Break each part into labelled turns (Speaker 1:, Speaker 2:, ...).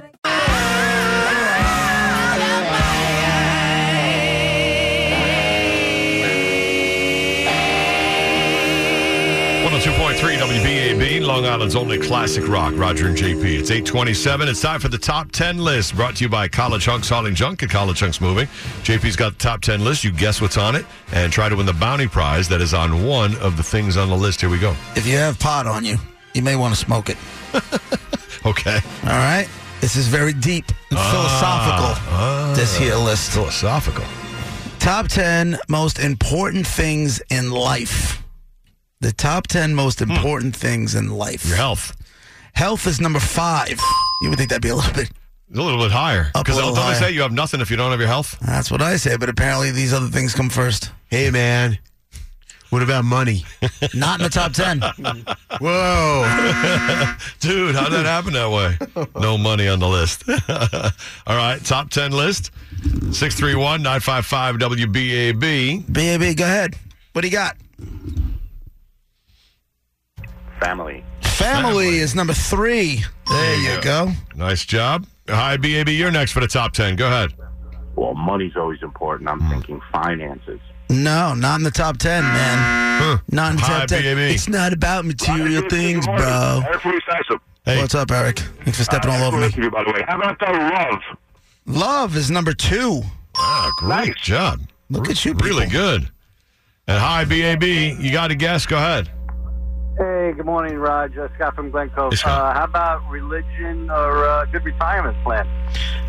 Speaker 1: Two point three WBAB, Long Island's only classic rock, Roger and JP. It's 827. It's time for the top 10 list brought to you by College Hunks Hauling Junk at College Hunks Moving. JP's got the top 10 list. You guess what's on it and try to win the bounty prize that is on one of the things on the list. Here we go.
Speaker 2: If you have pot on you, you may want to smoke it.
Speaker 1: Okay.
Speaker 2: All right? This is very deep and philosophical,
Speaker 1: ah.
Speaker 2: this here list.
Speaker 1: Philosophical.
Speaker 2: Top 10 most important things in life. The top 10 most important things in life.
Speaker 1: Your health
Speaker 2: Health is number five. You would think that'd be a little bit.
Speaker 1: is a little bit higher.
Speaker 2: Up a
Speaker 1: Because
Speaker 2: little
Speaker 1: don't they
Speaker 2: higher.
Speaker 1: say you have nothing if you don't have your health?
Speaker 2: That's what I say, but apparently these other things come first.
Speaker 3: Hey, man. What about money?
Speaker 2: Not in the top 10.
Speaker 3: Whoa.
Speaker 1: Dude, how'd that happen that way? No money on the list. All right, top 10 list 631 955 WBAB.
Speaker 2: BAB, go ahead. What do you got?
Speaker 4: Family.
Speaker 2: Family, is number three. There you go.
Speaker 1: Nice job. Hi, BAB. You're next for the top 10. Go ahead.
Speaker 4: Well, money's always important. I'm
Speaker 2: Hmm.
Speaker 4: thinking finances.
Speaker 2: No, not in the top 10, man.
Speaker 1: Huh.
Speaker 2: Not in the
Speaker 1: Hi,
Speaker 2: top 10.
Speaker 1: BAB.
Speaker 2: It's not about material things, bro.
Speaker 1: Hey.
Speaker 2: What's up, Eric? Thanks for stepping all over me.
Speaker 4: You, by the way, how about that love?
Speaker 2: Love is number two.
Speaker 1: Ah, great job.
Speaker 2: Look at you,
Speaker 1: Really
Speaker 2: people.
Speaker 1: good. And hi, BAB. You got a guess? Go ahead.
Speaker 5: Hey, good morning, Raj. Uh, Scott from Glen Cove.
Speaker 1: Hey, Scott.
Speaker 5: Uh, how about religion or uh, good retirement plan?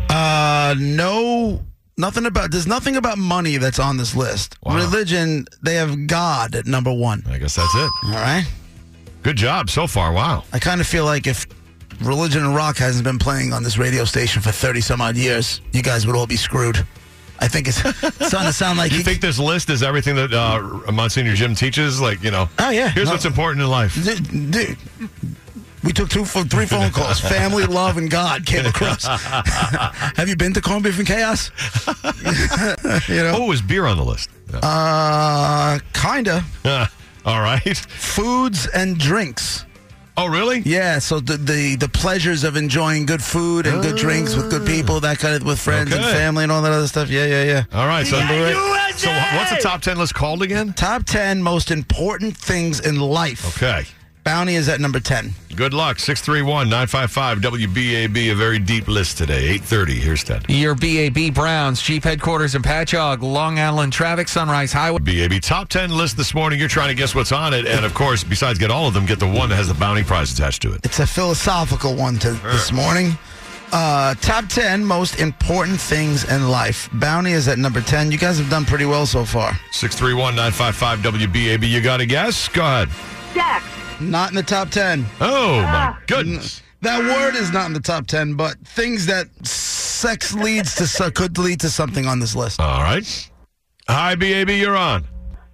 Speaker 2: Uh, no, nothing about. There's nothing about money that's on this list.
Speaker 1: Wow.
Speaker 2: Religion, they have God at number one.
Speaker 1: I guess that's it.
Speaker 2: All right.
Speaker 1: Good job so far. Wow.
Speaker 2: I kind of feel like if religion and rock hasn't been playing on this radio station for thirty some odd years, you guys would all be screwed. I think it's starting to sound like
Speaker 1: Do you think this list is everything that uh, Monsignor Jim teaches? Like, you know,
Speaker 2: Oh, yeah.
Speaker 1: here's
Speaker 2: No.
Speaker 1: what's important in life.
Speaker 2: Dude, dude, we took two, pho- three phone calls. Family, love, and God came across. Have you been to corned beef and chaos? you know,
Speaker 1: Oh, is beer on the list?
Speaker 2: uh, kinda
Speaker 1: All right.
Speaker 2: foods and drinks.
Speaker 1: Oh, really?
Speaker 2: Yeah, so the the, the pleasures of enjoying good food and good drinks with good people, that kind of with friends and
Speaker 1: Okay.
Speaker 2: family and all that other stuff. Yeah, yeah, yeah.
Speaker 1: All right. So,
Speaker 3: USA!
Speaker 1: so wh- what's the top 10 list called again?
Speaker 2: Top ten most important things in life.
Speaker 1: Okay.
Speaker 2: Bounty is at number ten.
Speaker 1: Good luck. 631 955 WBAB. A very deep list today. 830. Here's that.
Speaker 3: Your BAB Browns, Chief Headquarters in Patchogue, Long Island Traffic, Sunrise Highway.
Speaker 1: BAB top 10 list this morning. You're trying to guess what's on it. And of course, besides get all of them, get the one that has the bounty prize attached to it.
Speaker 2: It's a philosophical one to this morning. Uh, top 10 most important things in life. Bounty is at number 10. You guys have done pretty well so far.
Speaker 1: 631 955 WBAB. You got a guess? Go ahead.
Speaker 6: Sex.
Speaker 2: Not in the top 10.
Speaker 1: Oh, my goodness.
Speaker 2: That word is not in the top 10, but things that sex leads to so- could lead to something on this list.
Speaker 1: All right. Hi, BAB. You're on.